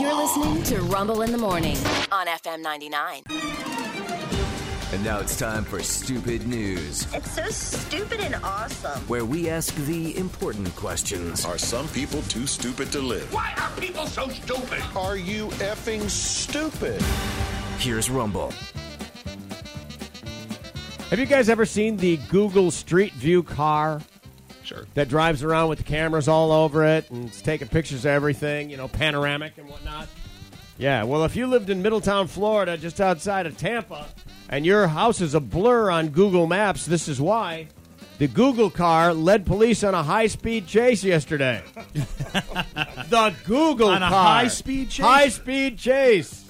You're listening to Rumble in the Morning on FM 99. And now it's time for Stupid News, It's so stupid and awesome. where we ask the important questions. Are some people too stupid to live? Why are people so stupid? Are you effing stupid? Here's Rumble. Have you guys ever seen the Google Street View car? Sure. That drives around with the cameras all over it and it's taking pictures of everything, you know, panoramic and whatnot. Yeah, well, if you lived in Middletown, Florida, just outside of Tampa, and your house is a blur on Google Maps, this is why. The Google car led police on a high speed chase yesterday. the Google On a car. high-speed chase? High speed chase.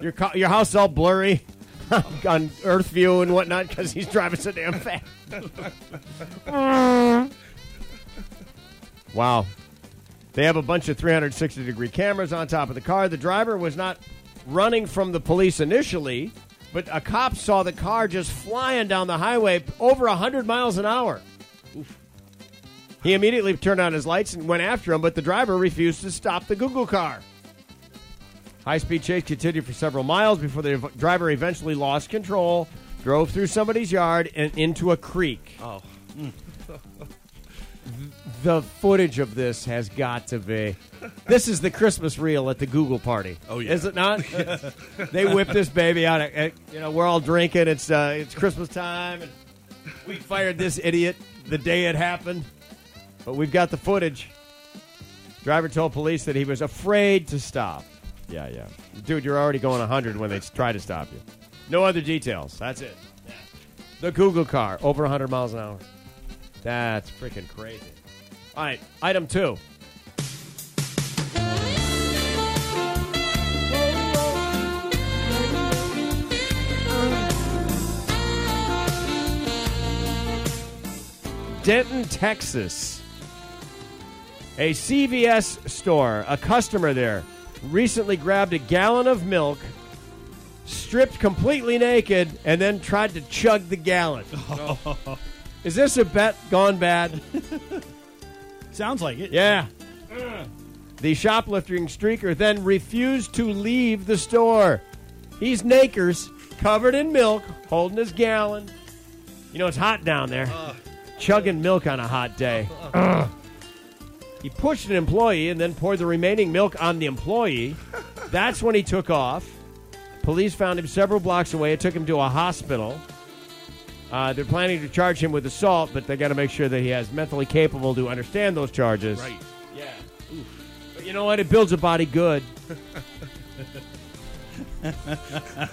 Your, ca- your house all blurry on Earth View and whatnot because he's driving so damn fast. wow. They have a bunch of 360 degree cameras on top of the car. The driver was not running from the police initially, but a cop saw the car just flying down the highway over 100 miles an hour. He immediately turned on his lights and went after him, but the driver refused to stop the Google car. High speed chase continued for several miles before the ev- driver eventually lost control, drove through somebody's yard, and into a creek. Oh. the footage of this has got to be. This is the Christmas reel at the Google party. Oh yeah, is it not? they whip this baby out. At, at- you know, we're all drinking. It's uh, it's Christmas time, and we fired this idiot the day it happened. But we've got the footage. Driver told police that he was afraid to stop. Yeah, yeah. Dude, you're already going 100 when they try to stop you. No other details. That's it. The Google car, over 100 miles an hour. That's freaking crazy. All right, item two. Denton, Texas. A CVS store, a customer there, recently grabbed a gallon of milk, stripped completely naked, and then tried to chug the gallon. Is this a bet gone bad? Sounds like it. Yeah. The shoplifting streaker then refused to leave the store. He's nakers, covered in milk, holding his gallon. You know, it's hot down there. Chugging milk on a hot day. Ugh. He pushed an employee and then poured the remaining milk on the employee. That's when he took off. Police found him several blocks away. It took him to a hospital. Uh, they're planning to charge him with assault, but they got to make sure that he has mentally capable to understand those charges. Right. Yeah. But you know what? It builds a body good.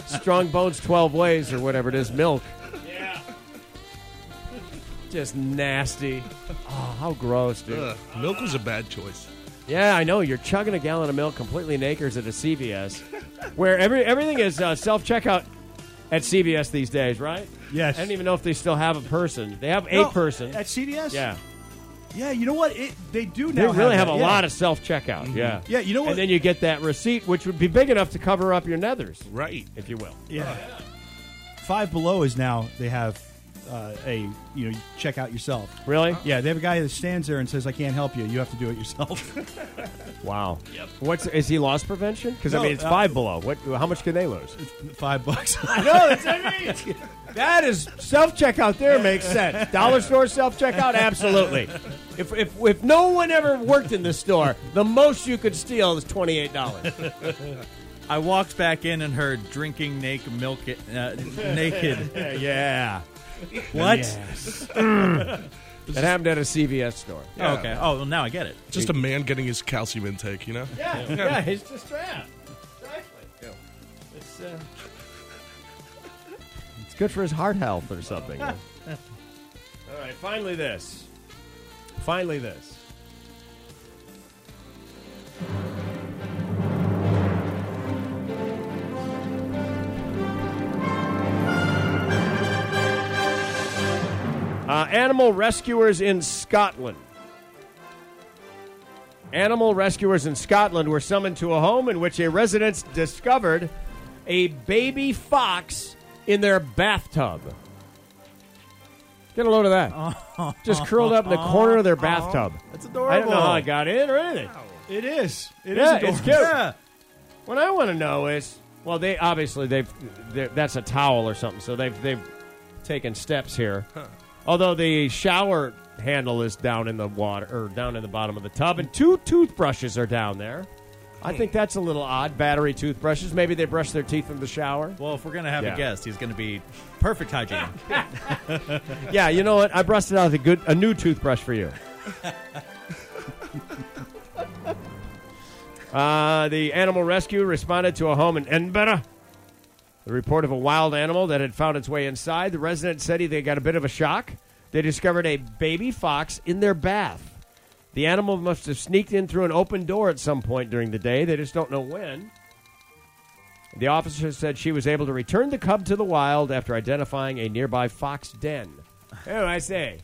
Strong bones 12 ways or whatever it is, milk. Yeah. Just nasty. Oh, how gross, dude. Milk was a bad choice. Yeah, I know. You're chugging a gallon of milk completely nakers at a CVS, where every everything is uh, self checkout at CVS these days, right? Yes. I don't even know if they still have a person. They have a No, person. at CVS. Yeah. yeah. You know what? It they do They now. really have, that, a yeah. Mm-hmm. lot of self checkout. Yeah. Yeah, you know what- And then you get that receipt, which would be big enough to cover up your nethers, Right. if you will. Yeah. Five Below is now they have uh, a you know you check out yourself. Really? Yeah, they have a guy that stands there and says, "I can't help you. You have to do it yourself." Wow. Yep. What's is he loss prevention? Because I No, mean, it's uh, five below. What? How much can they lose? Five bucks. No, that's what I mean. That is self checkout. There makes sense. Dollar store self checkout, absolutely. If, if if no one ever worked in this store, the most you could steal is twenty eight dollars. I walked back in and heard drinking naked milk uh, naked. Yeah, what? that happened at a CVS store. Oh, okay. Oh, well, now I get it. Just a man getting his calcium intake, you know? Yeah, yeah, he's just trapped. Exactly. It's uh, it's good for his heart health or something. All right, finally this. Finally this. Uh, animal rescuers in Scotland. Animal rescuers in Scotland were summoned to a home in which a resident discovered a baby fox in their bathtub. Get a Oh, load of that. Just curled up in the corner of their bathtub. That's I don't know adorable. how it got in or anything. It is. It is Yeah, it's adorable. cute. What I want to know is, well, they obviously they've they're- that's a towel or something, so they've they've taken steps here. Although the shower handle is down in the water or down in the bottom of the tub, and two toothbrushes are down there. I think that's a little odd. Battery toothbrushes. Maybe they brush their teeth in the shower. Well, if we're gonna have Yeah. a guest, he's gonna be perfect hygiene. Yeah, you know what? I busted out a good a new toothbrush for you. uh, the animal rescue responded to a home in Edinburgh. The report of a wild animal that had found its way inside. The resident said he- they got a bit of a shock. They discovered a baby fox in their bath. The animal must have sneaked in through an open door at some point during the day. They just don't know when. The officer said she was able to return the cub to the wild after identifying a nearby fox den. Oh, I say.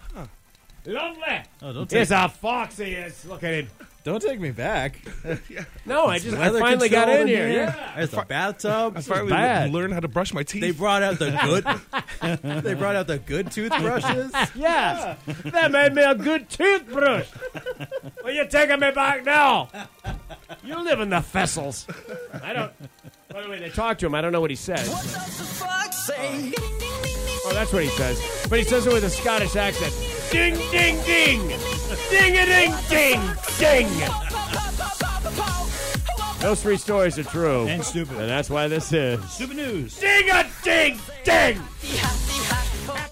Lovely. Oh, don't It's take- a fox he is. Look at him. Don't take me back. No, I just I finally got in here. Yeah. There's a bathtub. Finally, bad. learn how to brush my teeth. They brought out the good. they brought out the good toothbrushes. Yes. that made me a good toothbrush. well, you're taking me back now. You live in the Fessels. I don't. By the way, they talked to him. I don't know what he says. Oh, that's what he says. But he says it with a Scottish accent. Ding, ding, ding. Ding, a ding, ding, ding. Those three stories are true. And stupid. And that's why this is. Stupid news. Ding, a ding, ding.